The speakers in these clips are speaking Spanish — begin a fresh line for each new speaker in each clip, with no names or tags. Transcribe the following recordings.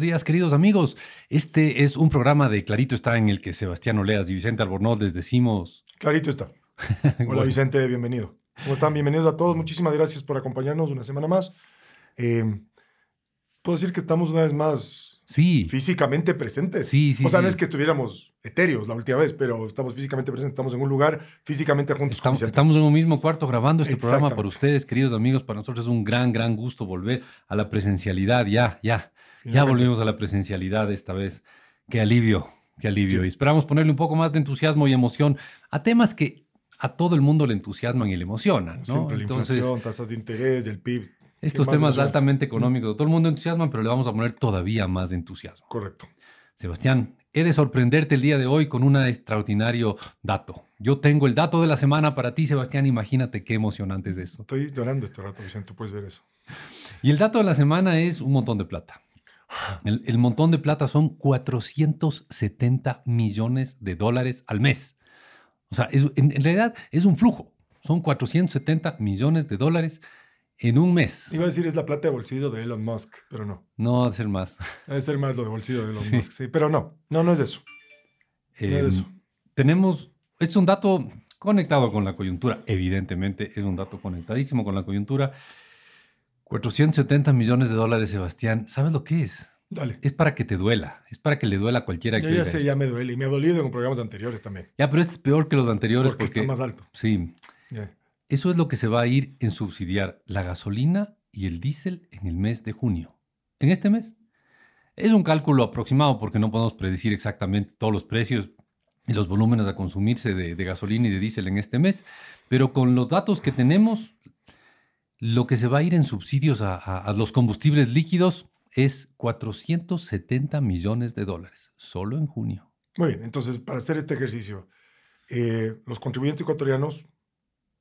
días, queridos amigos. Este es un programa de Clarito está en el que Sebastián Oleas y Vicente Albornoz les decimos.
Clarito está. Hola Vicente, bienvenido. ¿Cómo están? Bienvenidos a todos. Muchísimas gracias por acompañarnos una semana más. Eh, Puedo decir que estamos una vez más
Sí,
físicamente presentes.
sí, sí.
o sea,
sí.
no es que estuviéramos etéreos la última vez, pero estamos físicamente presentes, estamos en un lugar físicamente juntos. con
Estamos,
Vicente.
estamos en un mismo cuarto grabando este programa para
Exactamente.
ustedes, queridos amigos. Para nosotros es un gran, gran gusto volver a la presencialidad. Ya, ya, ya
Finalmente.
volvimos a la presencialidad esta vez. Qué alivio, qué alivio. Y esperamos ponerle un poco más de entusiasmo y emoción a temas que a todo el mundo le entusiasman y le emocionan.
Como
¿no?
Siempre la inflación, tasas de interés, el PIB,
Estos
¿Qué más
temas
emocionante?
altamente económicos, todo el mundo entusiasma, pero le vamos a poner todavía más entusiasmo.
correcto.
Sebastián, he de sorprenderte el día de hoy con un extraordinario dato. Yo tengo el dato de la semana para ti, Sebastián. Imagínate qué emocionante es eso.
Estoy llorando este rato, Vicente, puedes ver eso.
Y el dato de la semana es un montón de plata. El, el montón de plata son 470 millones de dólares al mes. O sea, es- en, en realidad es un flujo. Son 470 millones de dólares en un mes.
Iba a decir es la plata de bolsillo de Elon Musk, pero no.
No va a ser más.
Debe ser más lo de bolsillo de Elon
Sí.
Musk, sí, pero no. No, no es eso. No
Em,
es eso.
tenemos, es un dato conectado con la coyuntura, evidentemente es un dato conectadísimo con la coyuntura. 470 millones de dólares, Sebastián, ¿sabes lo que es?
Dale.
Es para que te duela, es para que le duela a cualquiera que
Yo
oiga
ya sé,
esto.
ya me duele. Y me ha dolido en programas anteriores también.
Ya, pero este es peor que los anteriores
Porque,
porque,
está más alto.
sí,
Ya.
eso es lo que se va a ir en subsidiar la gasolina y el diésel en el mes de junio. En este mes. Es un cálculo aproximado porque no podemos predecir exactamente todos los precios y los volúmenes a consumirse de, de gasolina y de diésel en este mes, pero con los datos que tenemos, lo que se va a ir en subsidios a, a- a los combustibles líquidos es 470 millones de dólares, solo en junio.
Muy bien, entonces, para hacer este ejercicio, eh, los contribuyentes ecuatorianos,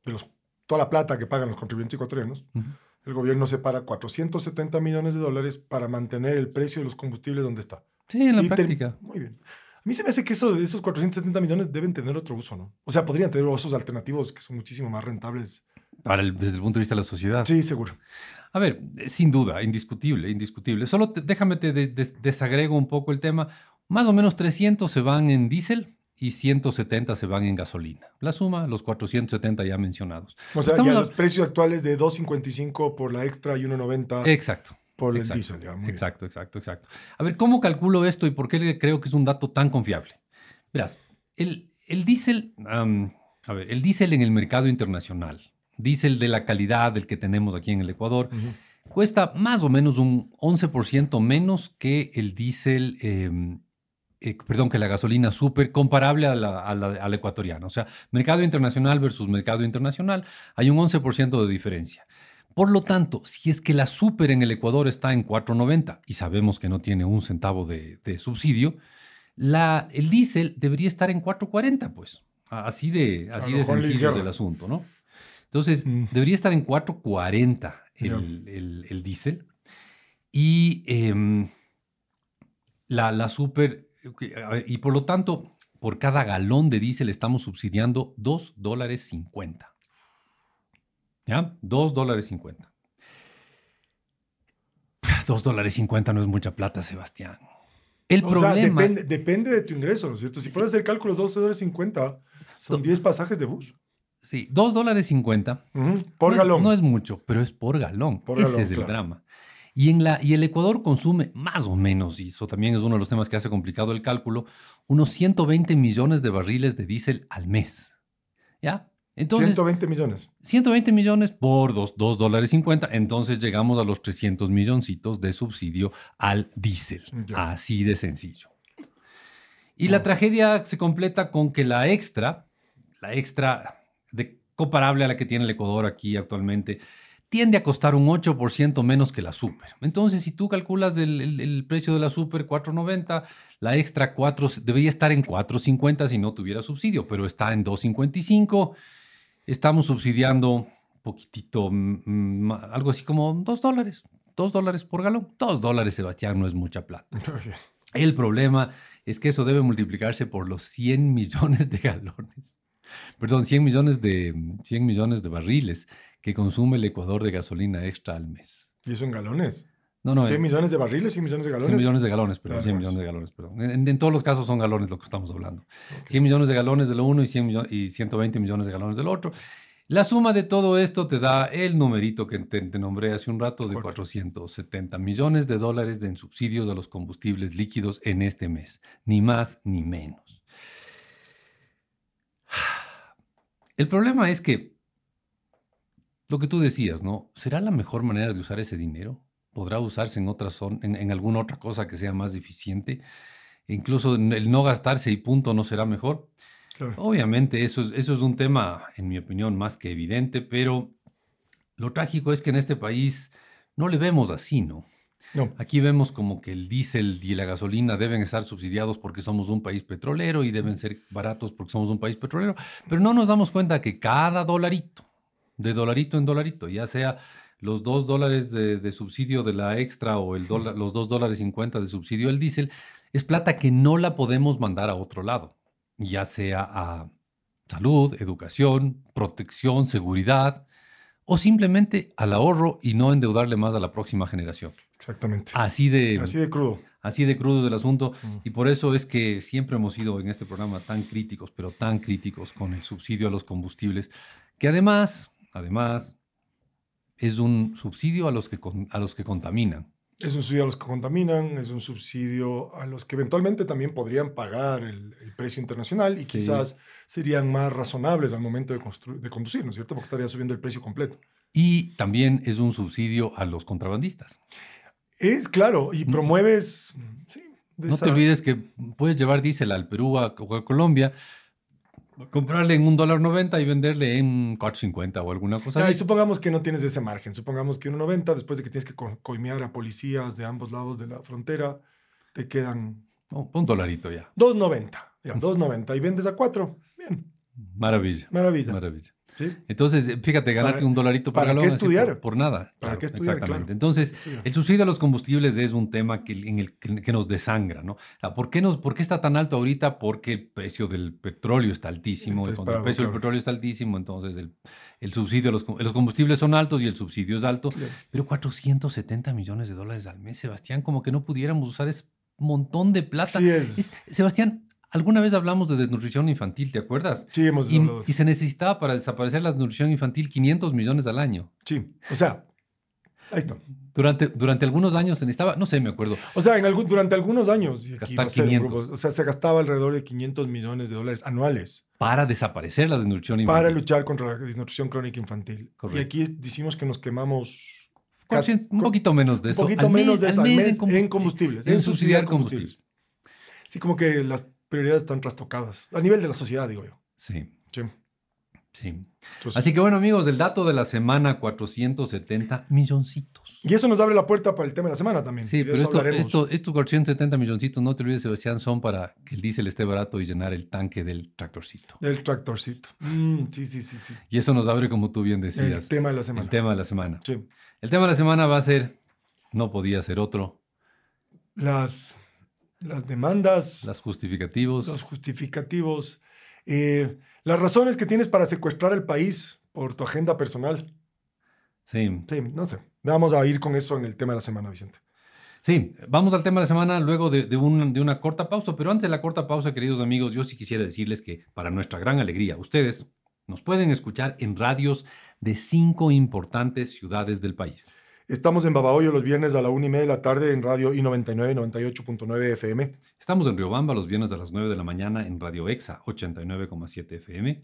de los, toda la plata que pagan los contribuyentes ecuatorianos,
Ujú.
el gobierno separa 470 millones de dólares para mantener el precio de los combustibles donde está.
Sí, en la
Y ter-
práctica.
Muy bien. A mí se me hace que eso, esos 470 millones deben tener otro uso, ¿no? O sea, podrían tener usos alternativos que son muchísimo más rentables.
Para el- desde el punto de vista de la sociedad.
Sí, seguro.
A ver, eh, sin duda, indiscutible, indiscutible. Solo te- déjame te de- des- desagrego un poco el tema. Más o menos 300 se van en diésel y 170 se van en gasolina. La suma, los 470 ya mencionados.
O sea,
Estamos
ya
a-
los precios actuales de 2.55 por la extra y 1.90
Exacto,
por
exacto,
el diésel. ya, Ah, muy bien.
exacto, exacto, exacto. A ver, ¿cómo calculo esto y por qué le- creo que es un dato tan confiable? Verás, el, el diésel, am, a ver, el diésel en el mercado internacional, diésel de la calidad del que tenemos aquí en el Ecuador,
Ujú.
cuesta más o menos un 11% menos que el diésel, eh, eh, perdón, que la gasolina súper, comparable a la, a la- a la ecuatoriana. O sea, mercado internacional versus mercado internacional, hay un 11% de diferencia. Por lo tanto, si es que la súper en el Ecuador está en 4.90 y sabemos que no tiene un centavo de, de subsidio, la, el diésel debería estar en 4.40, pues. A- Así de, así
lo
de
mejor Luis
sencillo es
Guerra.
el asunto, ¿no? Entonces,
Mm.
debería estar en 4.40 el, el- el diésel. Y em, la, la super... que- a ver, Y por lo tanto, por cada galón de diésel estamos subsidiando 2 dólares 50. ¿Ya? 2 dólares 50. 2 dólares 50 no es mucha plata, Sebastián. El
O
problema...
sea, depende, depende de tu ingreso, ¿no es cierto? Si puedes hacer cálculos, 12 dólares 50 son
Do-
10 pasajes de bus.
Sí, 2 dólares 50
Ujú, Por
No es-
galón.
No es mucho, pero es por galón.
Por
Ese
galón,
es el
claro.
drama. Y, en la, y el Ecuador consume más o menos, y eso también es uno de los temas que hace complicado el cálculo, unos 120 millones de barriles de diésel al mes. ¿Ya? Entonces,
120 millones.
120 millones por 2, dólares 50, entonces llegamos a los 300 milloncitos de subsidio al diésel.
Ya.
Así de sencillo. Y
Ah.
la tragedia se completa con que la extra, la extra de, comparable a la que tiene el Ecuador aquí actualmente, tiende a costar un 8% menos que la super. Entonces, si tú calculas el, el- el precio de la super 4.90, la extra 4 debería estar en 4.50 si no tuviera subsidio, pero está en 2.55 estamos subsidiando un poquitito, mm, mm, ma- algo así como dos dólares, dos dólares por galón. Dos dólares, Sebastián, no es mucha plata. El problema es que eso debe multiplicarse por los 100 millones de galones. Perdón, 100 millones de, 100 millones de barriles que consume el Ecuador de gasolina extra al mes.
Y eso en galones.
No, no,
100 millones de barriles, 100 millones de galones.
100 millones de galones, perdón,
Claro,
100
bueno.
millones de galones, perdón. En, en todos los casos son galones lo que estamos hablando. 100 millones de galones del uno y, 100 millo- y 120 millones de galones del otro. La suma de todo esto te da el numerito que te, te nombré hace un rato de
Correcto.
470 millones de dólares de en subsidios a los combustibles líquidos en este mes. Ni más ni menos. El problema es que, lo que tú decías, ¿no? ¿Será la mejor manera de usar ese dinero? ¿Podrá usarse en, otra zon- en, en alguna otra cosa que sea más eficiente? E incluso en el no gastarse y punto no será mejor.
Claro.
Obviamente, eso es, eso es un tema, en mi opinión, más que evidente, pero lo trágico es que en este país no le vemos así, ¿no?
No,
Aquí vemos como que el diésel y la gasolina deben estar subsidiados porque somos un país petrolero y deben ser baratos porque somos un país petrolero, pero no nos damos cuenta que cada dolarito, de dolarito en dolarito, ya sea los dos dólares de, de subsidio de la extra o el dólar, los dos dólares cincuenta de subsidio del diésel, es plata que no la podemos mandar a otro lado, ya sea a salud, educación, protección, seguridad o simplemente al ahorro y no endeudarle más a la próxima generación.
exactamente.
Así de, así.
Así de crudo.
de crudo es el asunto.
Mm.
Ah, Y por eso es que siempre hemos sido en este programa tan críticos, pero tan críticos con el subsidio a los combustibles, que además, además, es un subsidio a los que, con- a los que contaminan.
Es un subsidio a los que contaminan, es un subsidio a los que eventualmente también podrían pagar el, el precio internacional y quizás serían más razonables al momento de, constru- de conducir, ¿no es cierto? Porque estaría subiendo el precio completo.
Y también es un subsidio a los contrabandistas.
Es claro, y promueves... Sí, de
Mm. No
esa-
te olvides que puedes llevar diésel al Perú, a, o a Colombia, comprarle en un dólar noventa y venderle en 4.50 o alguna cosa
Ya, y
así.
supongamos que no tienes ese margen, supongamos que 1,90, después de que tienes que co- coimear a policías de ambos lados de la frontera, te quedan
Un un dolarito ya.
2,90, ya, 2,90 y vendes a 4. Bien,
Maravilla.
maravilla.
Maravilla.
¿sí?
Entonces, eh, fíjate, ganarte
Para-
un dolarito para,
¿para qué
galón, así,
estudiar?
Por, por nada. claro,
qué estudiar?
Exactamente.
Claro.
Entonces,
Sí, ya.
el subsidio a los combustibles es un tema que, en el, que que nos desangra, ¿no? Ah, ¿Por qué, nos, ¿Por qué está tan alto ahorita? Porque el precio del petróleo está altísimo. y cuando el
Está disparado,
precio del
claro.
petróleo está altísimo, entonces el, el subsidio, a los, com- los combustibles son altos y el subsidio es alto.
Ya.
Pero 470 millones de dólares al mes, Sebastián, como que no pudiéramos usar ese montón de plata.
Sí, es-
Es- Sebastián, alguna vez hablamos de desnutrición infantil, ¿te acuerdas?
sí, hemos
Y,
hablado de
y se necesitaba para desaparecer la nutrición infantil 500 millones al año.
Sí, o sea, ahí está.
Durante, durante algunos años se necesitaba, no sé, me acuerdo.
O sea, en algún, durante algunos años, y aquí
Gastar
va a ser un
500.
grupo, o sea, se gastaba alrededor de 500 millones de dólares anuales
Para desaparecer la desnutrición infantil.
para luchar contra la desnutrición crónica infantil.
Correcto.
Y aquí decimos que nos quemamos
Con
casi-
cien- un poquito menos de
un
eso.
poquito
al mes-
menos de
al
eso al
mes
mes
combust-
en combustibles,
en
en,
subsidiar
subsidiar combustibles. Sí, como que las prioridades están trastocadas a nivel de la sociedad, digo yo.
Sí,
Sí.
sí.
Entonces-
Así que bueno, amigos, el dato de la semana, 470 milloncitos.
y eso nos abre la puerta para el tema de la semana también. y
Sí,
de
pero
eso
esto,
hablaremos.
esto- estos 470 milloncitos, no te olvides, Sebastián, son para que el diésel esté barato y llenar el tanque del tractorcito.
del tractorcito. Mm, sí, sí, sí, sí.
Y eso nos abre, como tú bien decías,
El tema de la semana.
el tema de la semana.
Sí.
El tema de la semana va a ser, no podía ser otro,
Las, las demandas,
las justificativos.
los justificativos, eh, las razones que tienes para secuestrar el país por tu agenda personal.
Sí,
Sí, no sé. Vamos a ir con eso en el tema de la semana, Vicente.
sí, vamos al tema de la semana luego de, de un- de una corta pausa, pero antes de la corta pausa, queridos amigos, yo sí quisiera decirles que para nuestra gran alegría, ustedes nos pueden escuchar en radios de cinco importantes ciudades del país.
Estamos en Babahoyo los viernes a la una y media de la tarde en Radio I99 98.9 FM.
Estamos en Riobamba los viernes a las 9 de la mañana en Radio EXA 89,7 FM.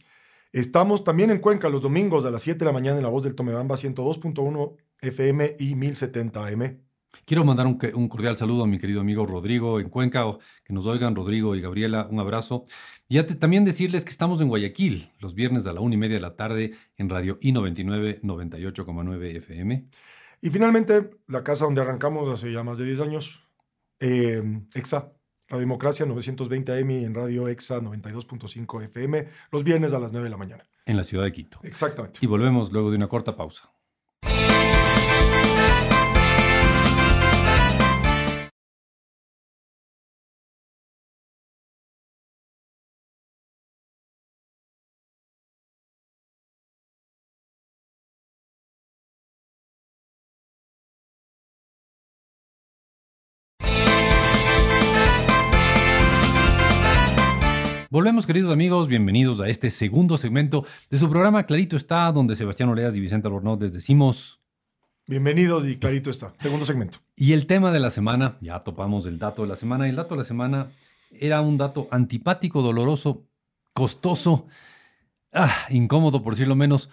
Estamos también en Cuenca los domingos a las 7 de la mañana en La Voz del Tomebamba 102.1 FM y 1070 AM.
Quiero mandar un, que- un cordial saludo a mi querido amigo Rodrigo en Cuenca, o- que nos oigan, Rodrigo y Gabriela, un abrazo. Y a te- también decirles que estamos en Guayaquil los viernes a la una y media de la tarde en Radio I99 98,9 FM.
Y finalmente, la casa donde arrancamos hace ya más de 10 años, eh, EXA, Radio Democracia 920 AM y en Radio EXA 92.5 FM, los viernes a las 9 de la mañana.
en la ciudad de Quito.
Exactamente.
Y volvemos luego de una corta pausa. Volvemos, queridos amigos, bienvenidos a este segundo segmento de su programa Clarito está, donde Sebastián Oleas y Vicente Albornoz les decimos...
Bienvenidos y clarito está. Segundo segmento.
Y el tema de la semana, ya topamos el dato de la semana, el dato de la semana era un dato antipático, doloroso, costoso, ah, incómodo por decirlo menos.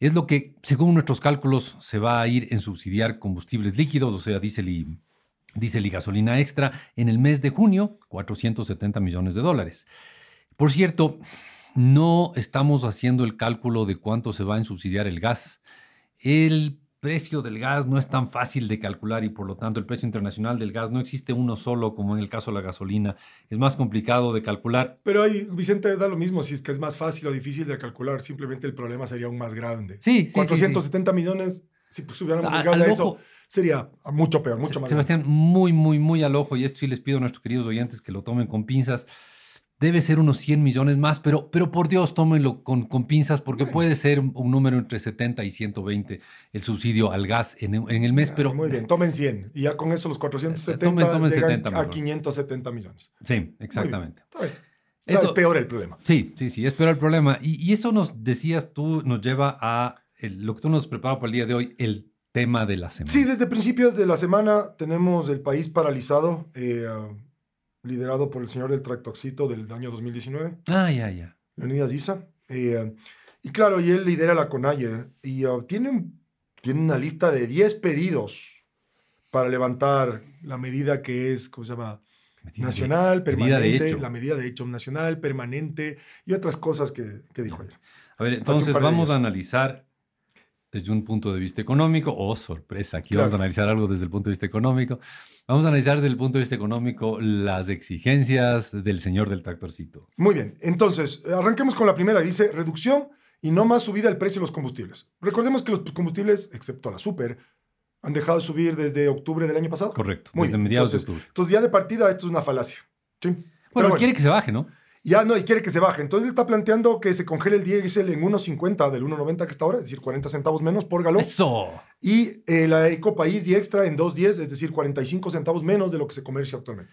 Es lo que, según nuestros cálculos, se va a ir en subsidiar combustibles líquidos, o sea, diésel y, diésel y gasolina extra, en el mes de junio, 470 millones de dólares. Por cierto, no estamos haciendo el cálculo de cuánto se va a subsidiar el gas. El precio del gas no es tan fácil de calcular y por lo tanto el precio internacional del gas no existe uno solo como en el caso de la gasolina. Es más complicado de calcular.
Pero ahí, Vicente, da lo mismo si es que es más fácil o difícil de calcular. Simplemente el problema sería aún más grande.
Sí, sí,
470 millones, si pues, subiéramos
A-
el gas
al
a eso,
ojo.
sería mucho peor, mucho más grande.
Sebastián, muy, muy, muy al ojo, y esto sí les pido a nuestros queridos oyentes que lo tomen con pinzas. Debe ser unos 100 millones más, pero, pero por Dios, tómenlo con, con pinzas porque puede ser un, un número entre 70 y 120 el subsidio al gas en, en el mes, pero
Ah, Muy bien, tomen 100. Y ya con eso los 470
Tomen- tomen
llegan
70
a
mejor.
570 millones.
sí, exactamente.
Está bien. O sea,
Esto-
es peor el problema.
Sí, sí, sí, es peor el problema. Y, y eso nos decías tú, nos lleva a el- lo que tú nos preparas para el día de hoy, el tema de la semana.
Sí, desde principios de la semana tenemos el país paralizado, eh, liderado por el señor del tractoxito del año 2019.
Ah, ya, ya.
Leonidas Issa. eh, y claro, y él lidera la CONAIE y ah, tiene, un- tiene una lista de 10 pedidos para levantar la medida que es, ¿cómo se llama?
Medida de-
Nacional,
medida de
permanente,
hecho.
la medida de hecho nacional, permanente y otras cosas que, que dijo ayer.
A ver,
Hace un
entonces
par de
vamos a
días.
analizar desde un punto de vista económico. Oh, sorpresa, aquí vamos a
Claro.
analizar algo desde el punto de vista económico. Vamos a analizar desde el punto de vista económico las exigencias del señor del tractorcito.
Muy bien, entonces, eh, arranquemos con la primera. Dice reducción y no más subida al precio de los combustibles. Recordemos que los combustibles, excepto la super, han dejado de subir desde octubre del año pasado.
Correcto,
Muy
desde
bien,
mediados
entonces,
de octubre.
Entonces, ya de partida, esto es una falacia. ¿sí?
Bueno,
Pero
quiere que se baje, ¿no?
Ya no, y quiere que se baje. Entonces él está planteando que se congele el diésel en 1.50 del 1.90 que está ahora, es decir, 40 centavos menos por galón.
Eso.
Y eh, la Eco País y Extra en 2.10, es decir, 45 centavos menos de lo que se comercia actualmente.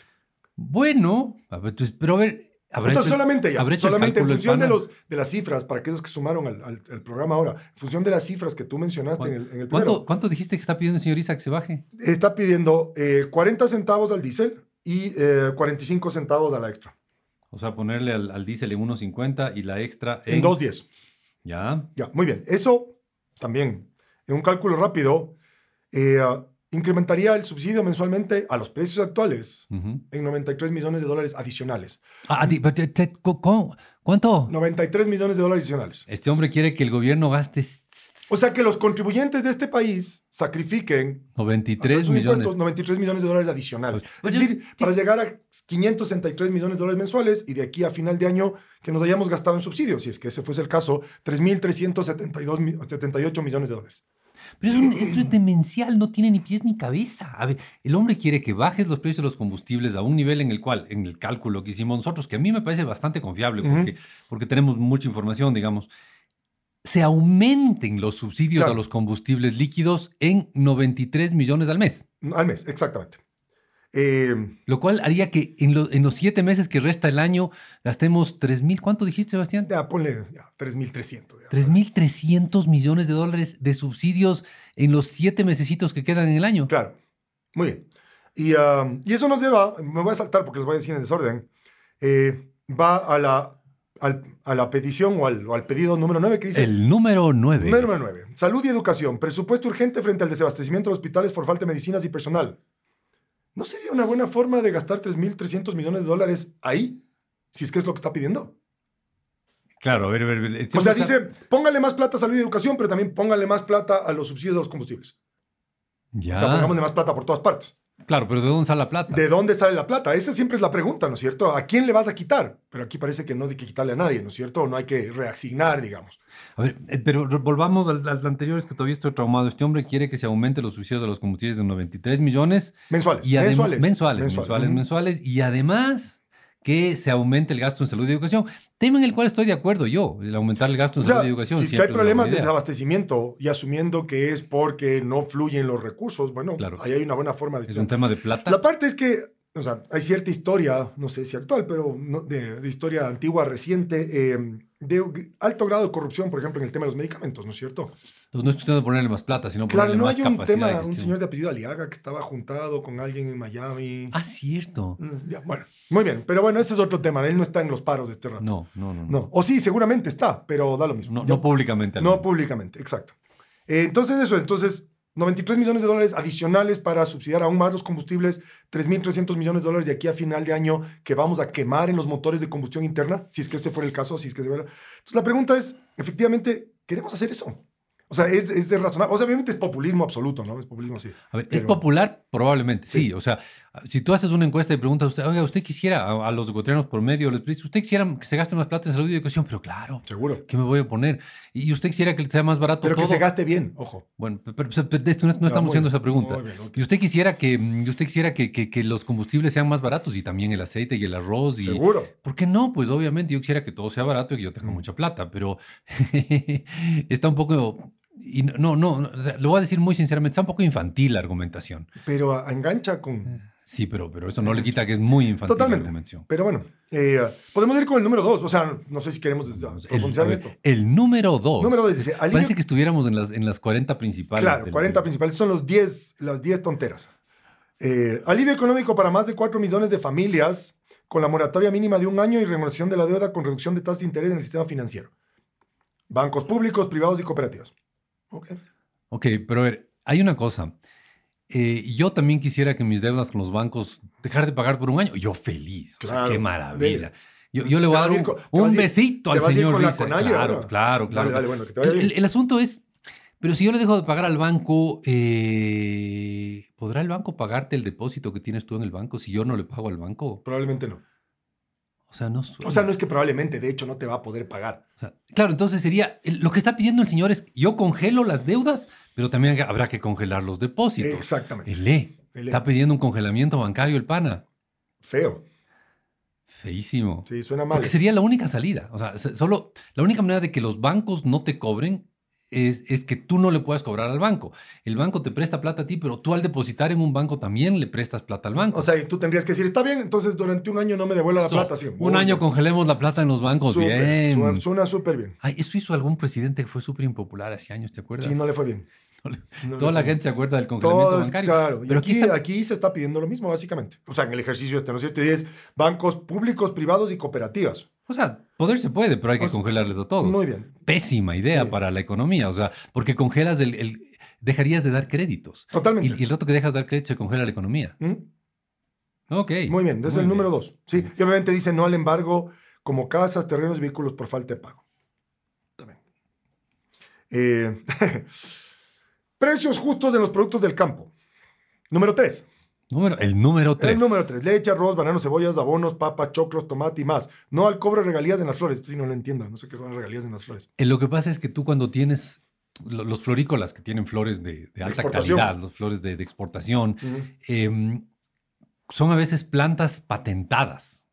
Bueno, a ver, entonces, pero a ver, habrá
Entonces
hecho-
solamente ya,
habrá hecho el
solamente en
cálculo el
función de,
pana?
los, de las cifras, para aquellos que sumaron al, al- al programa ahora, en función de las cifras que tú mencionaste en el, en el
¿cuánto,
primero,
cuánto dijiste que está pidiendo el señor Isaac que se baje?
está pidiendo eh, 40 centavos al diésel y eh, 45 centavos a la Extra,
O sea, ponerle al, al diésel en 1.50 y la extra en,
en 2.10.
Ya.
Ya, muy bien. Eso también, en un cálculo rápido, eh, incrementaría el subsidio mensualmente a los precios actuales
ujú.
en 93 millones de dólares adicionales.
Ah, di- pero te- te- cu- cu- ¿Cuánto?
93 millones de dólares adicionales.
Este hombre quiere que el gobierno gaste s-
O sea que los contribuyentes de este país sacrifiquen a través de
93
sus
millones. Pues,
impuestos 93 millones de dólares adicionales.
Oye,
Es decir, para llegar a 563 millones de dólares mensuales y de aquí a final de año que nos hayamos gastado en subsidios, si es que ese fuese el caso, 3.378 millones de dólares.
Pero es un- esto es demencial, no tiene ni pies ni cabeza. A ver, el hombre quiere que bajes los precios de los combustibles a un nivel en el cual, en el cálculo que hicimos nosotros, que a mí me parece bastante confiable
Ujú.
porque, porque tenemos mucha información, digamos, se aumenten los subsidios a
Claro.
los combustibles líquidos en 93 millones al mes.
Al mes, exactamente. Eh,
Lo cual haría que en, lo- en los siete meses que resta el año gastemos 3 mil. ¿Cuánto dijiste, Sebastián?
Ya, ponle ya, 3.300. ya.
3.300 millones de dólares de subsidios en los siete mesecitos que quedan en el año.
Claro. Muy bien. Y, am, y eso nos lleva, me voy a saltar porque les voy a decir en desorden, eh, va a la, al- a la petición o al, o al pedido número 9 que dice...
El número 9.
Número 9. Salud y educación. Presupuesto urgente frente al desabastecimiento de hospitales por falta de medicinas y personal. ¿No sería una buena forma de gastar 3.300 millones de dólares ahí? Si es que es lo que está pidiendo.
Claro, a ver, a ver. a ver. El
O sea,
hombre está-
dice, póngale más plata a salud y educación, pero también póngale más plata a los subsidios de los combustibles.
Ya.
O sea, pongámosle más plata por todas partes.
Claro, pero ¿de dónde sale la plata?
¿De dónde sale la plata? Esa siempre es la pregunta, ¿no es cierto? ¿A quién le vas a quitar? Pero aquí parece que no hay que quitarle a nadie, ¿no es cierto? No hay que reasignar, digamos.
A ver, eh, pero re- volvamos al, al anterior, es que todavía estoy traumado. Este hombre quiere que se aumente los subsidios de los combustibles de 93 millones.
Mensuales.
Y adem-
mensuales.
Mensuales, mensuales,
Ujú.
mensuales. Y además que se aumente el gasto en salud y educación. Tema en el cual estoy de acuerdo yo, el aumentar el gasto
O
en
sea,
salud y educación.
si es que
siempre
hay
es una buena
problemas de
idea.
desabastecimiento y asumiendo que es porque no fluyen los recursos, bueno,
Claro.
ahí hay una buena forma de
Es un tema de plata.
La parte es que o sea, hay cierta historia, no sé si actual, pero no- de, de historia antigua, reciente, eh, de alto grado de corrupción, por ejemplo, en el tema de los medicamentos, ¿no es cierto?
Entonces, no es cuestión de ponerle más plata, sino
Claro,
ponerle
no
más
hay un
capacidad de
tema, un
gestión.
señor de apellido Aliaga que estaba juntado con alguien en Miami.
Ah, cierto.
Mm, ya, bueno, muy bien, pero bueno, ese es otro tema, él no está en los paros de este rato.
No, no, no.
No, o sí, seguramente está, pero da lo mismo.
No,
Ya.
no públicamente. al
No
menos.
públicamente, exacto. Eh, entonces, eso, entonces, 93 millones de dólares adicionales para subsidiar aún más los combustibles, 3.300 millones de dólares de aquí a final de año que vamos a quemar en los motores de combustión interna, si es que este fuera el caso, si es que se fuera. Entonces, la pregunta es, efectivamente, ¿queremos hacer eso? O sea, es, es de razonable. O sea, obviamente es populismo absoluto, ¿no? Es populismo así.
A ver, ¿es
Pero-
popular? Probablemente, sí.
Sí.
O sea, si tú haces una encuesta y preguntas a usted, oiga, ¿usted quisiera a, a los ecuatorianos por medio, les dice, ¿usted quisiera que se gaste más plata en salud y educación? Pero claro,
Seguro.
¿qué me voy a poner? Y usted quisiera que sea más barato
Pero que
todo.
se gaste bien, ojo.
Bueno, pero, pero- pero esto no, no
Ah,
estamos
muy
haciendo
bien,
esa pregunta.
muy bien, ok.
Y usted quisiera que, mm, y usted quisiera que, que- que los combustibles sean más baratos y también el aceite y el arroz y,
Seguro.
¿Por qué no? Pues obviamente yo quisiera que todo sea barato y que yo tenga
Mm.
mucha plata, pero está un poco... Y no, no, no, o sea, lo voy a decir muy sinceramente, está un poco infantil la argumentación.
Pero ah, engancha con...
Sí, pero, pero eso no le quita que es muy infantil
Totalmente.
la argumentación.
Pero bueno, eh, podemos ir con el número dos. O sea, no sé si queremos eh,
El,
profundizar
a
en
ver,
esto.
el número dos.
Número dos dice, alivio-
Parece que estuviéramos en las, en las 40 principales.
Claro,
del-
40 principales son los 10, las 10 tonteras. Eh, alivio económico para más de 4 millones de familias con la moratoria mínima de un año y remuneración de la deuda con reducción de tasas de interés en el sistema financiero. Bancos públicos, privados y cooperativas. Ok.
Ok, pero a ver, hay una cosa. Eh, yo también quisiera que mis deudas con los bancos dejar de pagar por un año. Yo feliz. O sea,
Claro.
qué maravilla. Yo, yo le voy
Te
a dar
vas a
un,
ir con- te
un
vas a ir-
besito
te
al
vas a ir
señor
con la
Riza.
Conalle
Claro,
ahora.
claro, claro.
Dale, dale, bueno, que te vaya
El,
bien.
el- el asunto es, pero si yo le dejo de pagar al banco, eh, ¿podrá el banco pagarte el depósito que tienes tú en el banco si yo no le pago al banco?
Probablemente no.
O sea, no. suena.
O sea, no es que probablemente, de hecho, no te va a poder pagar.
O sea, claro, entonces sería, el- lo que está pidiendo el señor es, yo congelo las deudas, pero también habrá que congelar los depósitos.
Exactamente.
El E.
Ele-
Está pidiendo un congelamiento bancario el pana.
Feo.
Feísimo.
Sí, suena mal.
Porque sería la única salida. O sea, se- solo la única manera de que los bancos no te cobren es, es que tú no le puedas cobrar al banco. El banco te presta plata a ti, pero tú al depositar en un banco también le prestas plata al banco.
O sea, y tú tendrías que decir, está bien, entonces durante un año no me devuelva la
So,
plata. Sí,
un
muy
año
bien.
congelemos la plata en los bancos.
Súper,
Bien.
suena- Suena súper bien.
Ay, eso hizo algún presidente que fue súper impopular hace años, ¿te acuerdas?
Sí, no le fue bien.
No le-
No le
Toda la
fue bien.
gente se acuerda del congelamiento
Todos,
bancario.
claro. Y
Pero aquí
aquí,
está-
aquí se está pidiendo lo mismo, básicamente. O sea, en el ejercicio este, ¿no es cierto? Y es bancos públicos, privados y cooperativas.
O sea, poder se puede, pero hay que
O sea,
congelarles a todos.
Muy bien.
pésima idea
Sí.
para la economía, o sea, porque congelas el, el- dejarías de dar créditos.
Totalmente.
Y, y el rato que dejas de dar créditos se congela la economía.
¿Mm?
Ok.
Muy bien, es el
bien.
número dos. Sí, y obviamente dice no al embargo como casas, terrenos y vehículos por falta de pago. Está bien. Eh, precios justos en los productos del campo. Número tres.
Número, el número 3.
El número 3. Leche, arroz, bananos, cebollas, abonos, papas, choclos, tomate y más. No al cobro de regalías en las flores. Esto sí no lo entiendo. No sé qué son las regalías en las flores.
Eh, Lo que pasa es que tú cuando tienes lo- los florícolas que tienen flores de, de alta
exportación.
calidad, los flores de, de exportación, eh, son a veces plantas patentadas.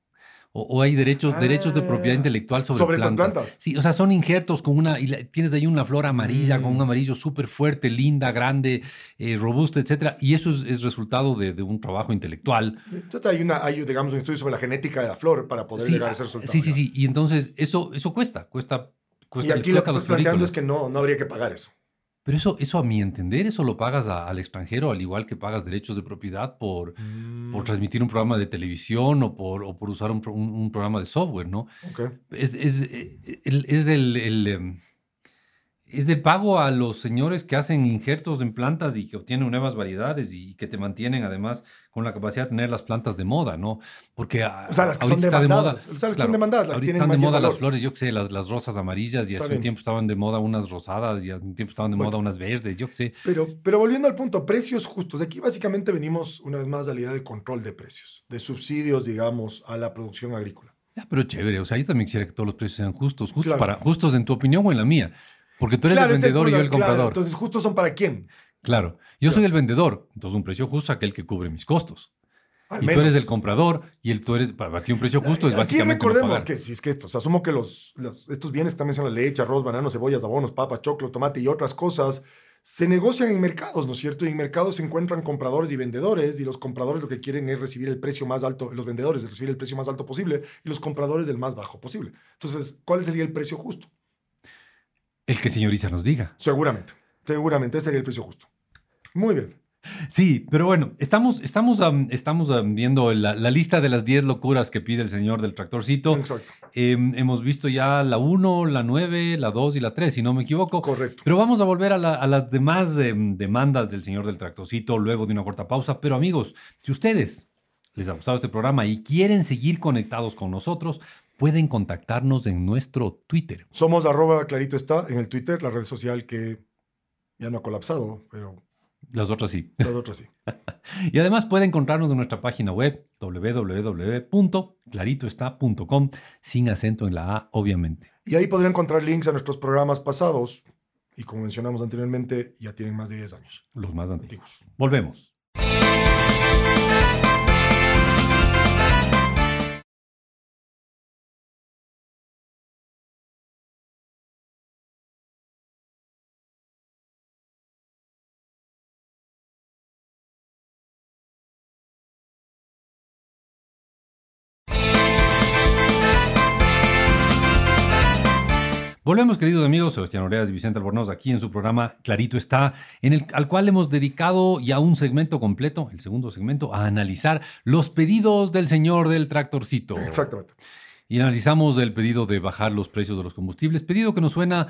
O, o hay derechos,
Ah.
derechos de propiedad intelectual sobre,
Sobre estas
plantas.
plantas.
Sí, o sea, son injertos con una. Y la- tienes ahí una flor amarilla con
Mm.
un amarillo súper fuerte, linda, grande, eh, robusta, etcétera. Y eso es, es resultado de, de un trabajo intelectual.
Entonces hay, una, hay, digamos, un estudio sobre la genética de la flor para poder
sí, ah,
llegar a ese resultado.
sí, sí,
ya.
sí. Pues Y entonces eso, eso cuesta, cuesta.
Y
cuesta les
aquí lo
cuesta
que
a
estás
los
planteando
florícolas.
es que no, no habría que pagar eso.
Pero eso, eso, a mi entender, eso lo pagas a- al extranjero, al igual que pagas derechos de propiedad por,
Mm.
por transmitir un programa de televisión o por, o por usar un, pro- un- un programa de software, ¿no?
Ok.
Es, es, eh, el- es del, el, em, es del pago a los señores que hacen injertos en plantas y que obtienen nuevas variedades y, que te mantienen además con la capacidad de tener las plantas de moda, ¿no? Porque a-
O sea, las que son
ahorita está de moda-
demandadas. o sea, las que son
claro,
demandadas, las que
Ahorita
tienen
están de
mayor
moda las
valor.
flores, yo qué sé, las, las rosas amarillas y
Está
hace
bien.
un tiempo estaban de moda unas rosadas y hace un tiempo estaban de
Bueno.
moda unas verdes, yo qué sé.
Pero, pero volviendo al punto, precios justos. Aquí básicamente venimos una vez más a la idea de control de precios, de subsidios, digamos, a la producción agrícola.
Ya, pero chévere, o sea, yo también quisiera que todos los precios sean justos, justos
Claro.
para justos en tu opinión o en la mía, porque tú eres
Claro,
el
es el
vendedor y yo el
punto, claro,
comprador. Claro,
entonces, ¿justos son para quién?
yo
Claro.
soy el vendedor, entonces un precio justo es aquel que cubre mis costos.
Al
Y tú
menos.
eres el comprador y el, tú eres, para ti un precio justo es
Aquí
básicamente no
recordemos
pagar.
que si es que estos, asumo que los, los- estos bienes que también son la leche, arroz, bananos, cebollas, abonos, papas, choclos, tomate y otras cosas, se negocian en mercados, ¿no es cierto? Y en mercados se encuentran compradores y vendedores, y los compradores lo que quieren es recibir el precio más alto, los vendedores recibir el precio más alto posible, y los compradores el más bajo posible. Entonces, ¿cuál sería el precio justo?
El que señoriza nos diga.
Seguramente, seguramente ese sería el precio justo. Muy bien.
Sí, pero bueno, estamos, estamos, um, estamos um, viendo la, la, lista de las 10 locuras que pide el señor del tractorcito.
Exacto.
Eh, hemos visto ya la 1, la 9, la 2 y la 3, si no me equivoco.
Correcto.
Pero vamos a volver a, la, a las demás eh, demandas del señor del tractorcito luego de una corta pausa. Pero amigos, si ustedes les ha gustado este programa y quieren seguir conectados con nosotros, pueden contactarnos en nuestro Twitter.
Somos arroba clarito está en el Twitter, la red social que ya no ha colapsado, pero
las otras sí.
Las otras sí.
y además puede encontrarnos en nuestra página web www.claritoestá.com sin acento en la A, obviamente.
Y ahí podrán encontrar links a nuestros programas pasados y como mencionamos anteriormente, ya tienen más de 10 años.
Los más antiguos. antiguos. Volvemos. Volvemos, queridos amigos, Sebastián Oreas y Vicente Albornoz, aquí en su programa Clarito está, en el, al cual hemos dedicado ya un segmento completo, el segundo segmento, a analizar los pedidos del señor del tractorcito.
Exactamente.
Y analizamos el pedido de bajar los precios de los combustibles, pedido que nos suena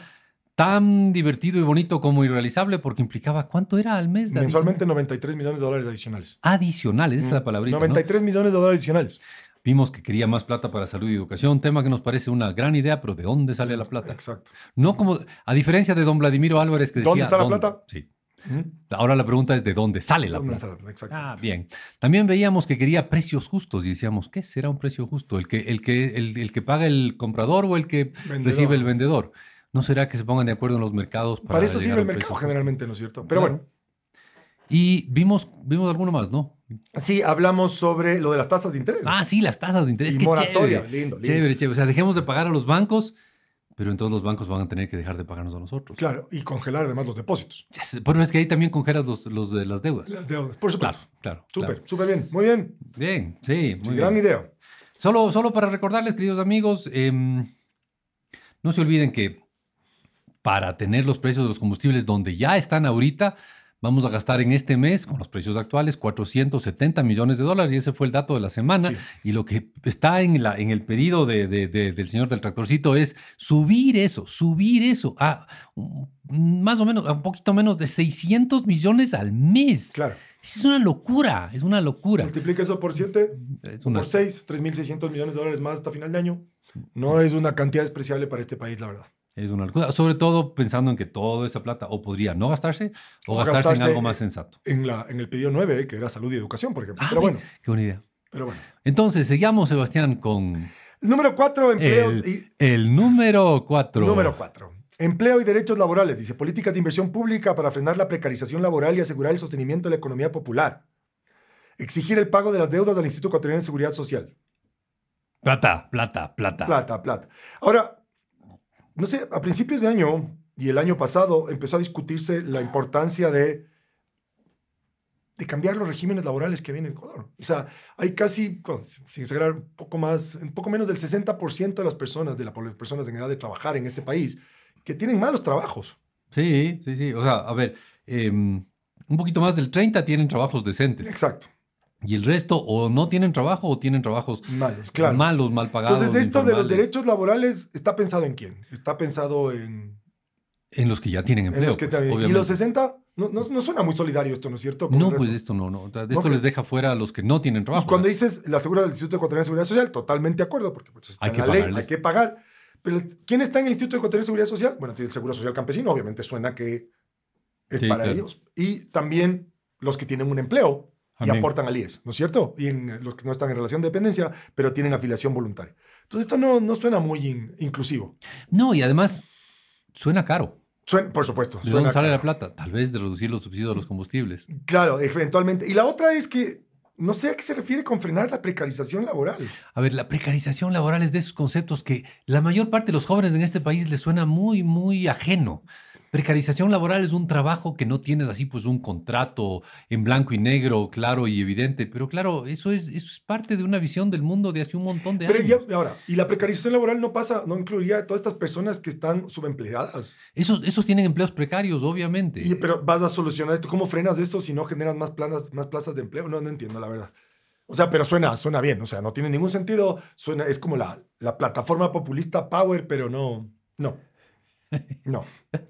tan divertido y bonito como irrealizable porque implicaba cuánto era al mes.
Mensualmente 93 millones de dólares adicionales. Mm.
Adicionales, esa es la palabrita.
93
¿no?
millones de dólares adicionales.
Vimos que quería más plata para salud y educación, tema que nos parece una gran idea, pero ¿de dónde sale la plata?
Exacto.
No como, a diferencia de don Vladimiro Álvarez que decía...
¿Dónde está la
¿dónde?
plata?
Sí. Ahora la pregunta es de dónde sale la
¿Dónde
plata.
está? Exacto.
Ah, bien. También veíamos que quería precios justos y decíamos, ¿qué será un precio justo? ¿El que, el que, el, el que paga el comprador o el que
Vendedor.
recibe el vendedor? ¿No será que se pongan de acuerdo en los mercados para...
Para eso
llegar
sirve
a
el
un
mercado
precio
generalmente, ¿no es cierto?
Claro.
Pero bueno,
justo? Y vimos, vimos alguno más, ¿no?
sí, hablamos sobre lo de las tasas de interés.
Ah, sí, las tasas de interés.
Y
qué
moratoria,
chévere.
lindo, lindo.
Chévere, chévere. O sea, dejemos de pagar a los bancos, pero entonces los bancos van a tener que dejar de pagarnos a nosotros.
Claro, y congelar además los depósitos.
Ya sé, Bueno, es que ahí también congelas los, los de las deudas.
Las deudas, por
Claro,
supuesto.
claro.
Súper,
claro.
súper bien. Muy bien.
Bien, sí, muy
Sí,
bien.
gran idea.
Solo, solo para recordarles, queridos amigos, em, no se olviden que para tener los precios de los combustibles donde ya están ahorita, vamos a gastar en este mes, con los precios actuales, 470 millones de dólares. Y ese fue el dato de la semana.
Sí.
Y lo que está en, la, en el pedido de- de- de- del señor del tractorcito es subir eso, subir eso a mm, más o menos, a un poquito menos de 600 millones al mes.
Claro.
Es una locura, es una locura.
Multiplica eso por 7,
Es una-
por 6, 3.600 millones de dólares más hasta final de año.
Mm.
No es una cantidad despreciable para este país, la verdad.
Es una locura. Sobre todo pensando en que toda esa plata o podría no gastarse o,
O
gastarse,
gastarse,
en algo
eh,
más sensato.
En, la, en el pedido 9, que era salud y educación, por ejemplo.
Ah,
pero
ve,
bueno,
Qué buena idea.
pero bueno.
Entonces, seguimos, Sebastián, con
Número 4, empleos
el,
y...
el número 4.
Número 4. Empleo y derechos laborales. Dice, políticas de inversión pública para frenar la precarización laboral y asegurar el sostenimiento de la economía popular. Exigir el pago de las deudas al Instituto Ecuatoriano de Seguridad Social.
Plata, plata, plata.
Plata, plata. Ahora, no sé, a principios de año y el año pasado empezó a discutirse la importancia de, de cambiar los regímenes laborales que viene en Ecuador. O sea, hay casi, bueno, sin exagerar, un poco, más, un poco menos del 60% de las personas, de las personas en edad de trabajar en este país, que tienen malos trabajos.
Sí, sí, sí. O sea, a ver, em, un poquito más del 30 tienen trabajos decentes
Exacto,
y el resto o no tienen trabajo o tienen trabajos
malos, claro.
malos, mal pagados.
Entonces, esto de los
informales,
derechos laborales está pensado en quién? Está pensado en,
En los que ya tienen
en
empleo.
los que
pues,
también- Y
obviamente.
los 60, no, no, no suena muy solidario esto, ¿no es cierto? Con el
no,
resto.
pues esto no, no. O sea, Esto
pero-
les deja fuera a los que no tienen trabajo. ¿eh?
Y cuando dices la segura del Instituto Ecuatoriano de Seguridad Social, totalmente de acuerdo, porque pues, está
Hay
en
que
la ley,
pagarles.
hay que pagar. Pero ¿quién está en el Instituto Ecuatoriano de Seguridad Social? Bueno, tiene el Seguro Social Campesino, obviamente suena que es
Sí,
para
claro.
ellos. Y también los que tienen un empleo y
Amén.
aportan al IES, ¿no es cierto? Y en, eh, los que no están en relación de dependencia, pero tienen afiliación voluntaria. Entonces, esto no, no suena muy in- inclusivo.
No, y además suena caro.
Suena- por supuesto.
¿De
Pues suena
dónde sale
caro.
la plata? Tal vez de reducir los subsidios a los combustibles.
Claro, eventualmente. Y la otra es que no sé a qué se refiere con frenar la precarización laboral.
A ver, la precarización laboral es de esos conceptos que la mayor parte de los jóvenes en este país les suena muy, muy ajeno. Precarización laboral es un trabajo que no tienes así pues un contrato en blanco y negro, claro y evidente, pero claro, eso es, eso es parte de una visión del mundo de hace un montón de
Pero
años.
ya- ahora, y la precarización laboral no pasa, no incluiría a todas estas personas que están subempleadas.
Esos, esos tienen empleos precarios, obviamente.
Y- pero vas a solucionar esto. ¿Cómo frenas esto si no generas más, planas, más plazas de empleo? No, no entiendo, la verdad. O sea, pero suena, suena bien. O sea, no tiene ningún sentido. Suena, es como la, la plataforma populista Power, pero no. No. No,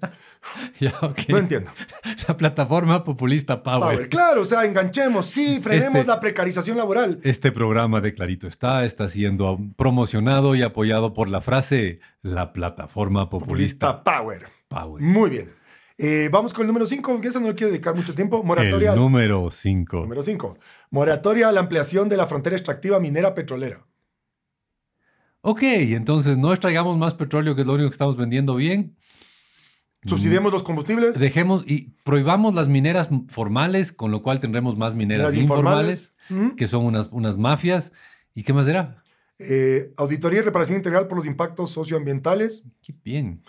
Ya, ok.
no entiendo.
La plataforma populista Power.
Power, claro, o sea, enganchemos, sí, frenemos
Ah, Este-
la precarización laboral.
Este programa de Clarito está, está siendo um, promocionado y apoyado por la frase la plataforma populista,
Populista Power.
Power.
Muy bien. Eh, vamos con el número 5, que esa no le quiero dedicar mucho tiempo. Moratoria.
El número 5.
Número 5. Moratoria a la ampliación de la frontera extractiva minera petrolera.
Ok, entonces no extraigamos más petróleo, que es lo único que estamos vendiendo bien. Mm.
Subsidiemos los combustibles.
Dejemos y prohibamos las mineras formales, con lo cual tendremos más mineras
Las
informales,
informales. Ujú.
que son unas, unas mafias. ¿Y qué más será?
Eh, auditoría y reparación integral por los impactos socioambientales.
Qué bien.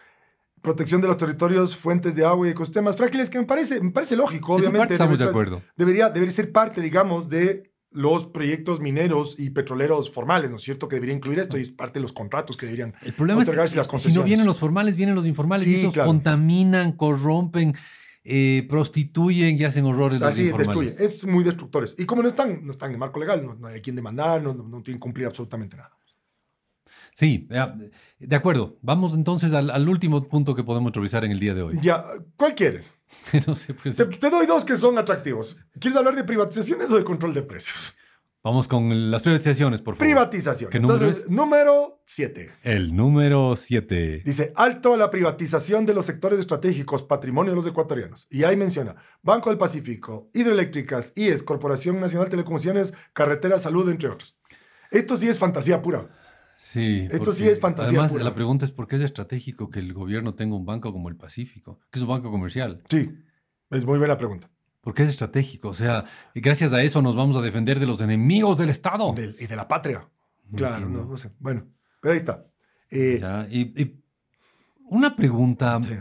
Protección de los territorios, fuentes de agua y ecosistemas frágiles, que me parece, me parece lógico,
Esa
obviamente.
parte estamos de
Debería-
acuerdo.
Debería, debería ser parte, digamos, de los proyectos mineros y petroleros formales, ¿no es cierto? Que debería incluir esto y es parte de los contratos que deberían.
El problema es
otorgarse
que
las
si no
concesiones.
vienen los formales, vienen los informales. y
Sí,
esos
claro.
contaminan, corrompen, eh, prostituyen y hacen horrores los
Así destruye.
informales.
Es muy destructores. Y como no están, no están en marco legal, no, no hay a quien demandar, no, no, no tienen que cumplir absolutamente nada.
Sí, ya, de acuerdo. Vamos entonces al, al último punto que podemos revisar en el día de hoy.
Ya, ¿cuál quieres?
no sé, pues,
Te, te doy dos que son atractivos. ¿Quieres hablar de privatizaciones o de control de precios?
Vamos con las privatizaciones, por favor.
Privatización.
¿Qué número
Entonces, número 7.
El número 7.
Dice, alto a la privatización de los sectores estratégicos, patrimonio de los ecuatorianos. Y ahí menciona, Banco del Pacífico, hidroeléctricas, IES, Corporación Nacional de Telecomunicaciones, Carretera, Salud, entre otros. Esto sí es fantasía pura.
Sí.
Esto
porque-
sí es fantasía
Además,
pura.
la pregunta es: ¿por qué es estratégico que el gobierno tenga un banco como el Pacífico, que es un banco comercial?
Sí, es muy buena pregunta.
¿Por qué es estratégico? O sea, y gracias a eso nos vamos a defender de los enemigos del Estado.
Del- y de la patria.
No
claro, no,
entiendo.
no sé. Bueno, pero ahí está. Eh,
Ya, y, y una pregunta,
sí.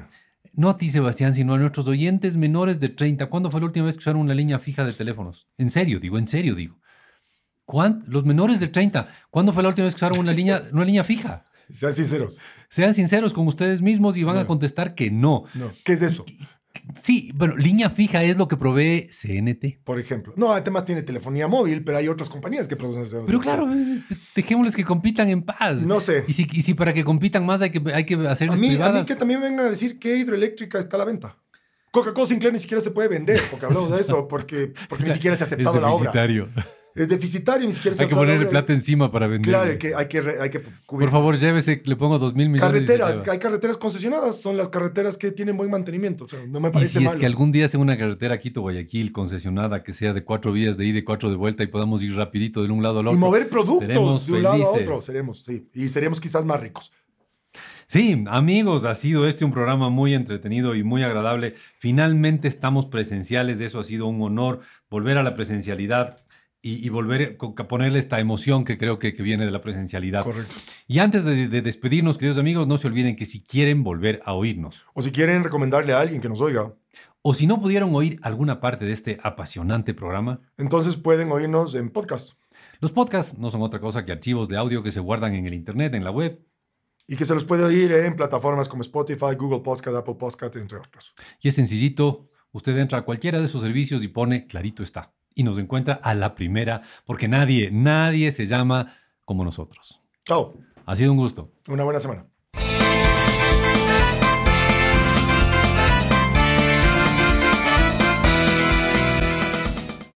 no a ti Sebastián, sino a nuestros oyentes menores de 30. ¿Cuándo fue la última vez que usaron una línea fija de teléfonos? En serio, digo, en serio, digo. ¿Cuán- Los menores de 30, ¿cuándo fue la última vez que usaron una línea, una línea fija?
Sean sinceros.
Sean sinceros con ustedes mismos y van a
Claro.
contestar que no.
No. ¿Qué es eso?
Sí, bueno, línea fija es lo que provee CNT.
Por ejemplo. No, además tiene telefonía móvil, pero hay otras compañías que producen.
Pero claro, eh, dejémosles que compitan en paz.
No sé.
Y, si, y si para que compitan más hay que, hay que
A
hacerles
mí, a mí
privadas.
que también vengan a decir que hidroeléctrica está a la venta. Coca-Cola Sinclair ni siquiera se puede vender, porque hablamos de eso, porque, porque
O sea,
ni siquiera se ha
es
aceptado la obra.
deficitario.
Es deficitario, ni siquiera se ha
Hay que
aceptado la
ponerle
obra.
plata encima para vender.
Claro, que hay que, re- hay que cubrir.
Por favor, llévese, le pongo dos mil millones. y se
carreteras,
lleva.
hay carreteras concesionadas, son las carreteras que tienen buen mantenimiento. O sea, no me
Y
parece
si es
malo.
que algún día hacen una carretera Quito-Guayaquil concesionada que sea de cuatro vías de ida y cuatro de vuelta y podamos ir rapidito de un lado al
y
otro.
mover productos de un
seremos
lado a
felices.
otro, seremos, sí. Y seremos quizás más ricos.
Sí, amigos, ha sido este un programa muy entretenido y muy agradable. Finalmente estamos presenciales, eso ha sido un honor volver a la presencialidad y, y volver eh, co- a ponerle esta emoción que creo que, que viene de la presencialidad.
Correcto.
Y antes de, de despedirnos, queridos amigos, no se olviden que si quieren volver a oírnos
O si quieren recomendarle a alguien que nos oiga,
o si no pudieron oír alguna parte de este apasionante programa,
entonces pueden oírnos en podcast.
Los podcasts no son otra cosa que archivos de audio que se guardan en el Internet, en la web,
Y que se los puede oír en plataformas como Spotify, Google Podcast, Apple Podcast, entre otros.
y es sencillito. Usted entra a cualquiera de sus servicios y pone clarito está. Y nos encuentra a la primera, porque nadie, nadie se llama como nosotros.
Chao.
Ha sido un gusto.
Una buena semana.